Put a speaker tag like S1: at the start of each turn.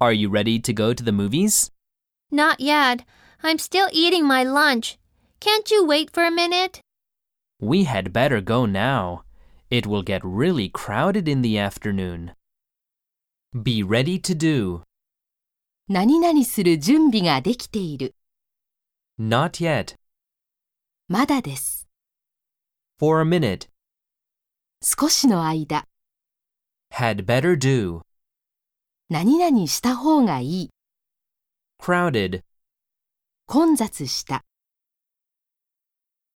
S1: Are you ready to go to the movies?
S2: Not yet. I'm still eating my lunch. Can't you wait for a minute?
S1: We had better go now. It will get really crowded in the afternoon. Be ready to do.
S3: 何々する準備ができている。
S1: Not yet.
S3: まだです。
S1: For a minute.
S3: 少しの間、
S1: Had better do.
S3: 何々した方がいい。
S1: Crowded.
S3: 混雑した。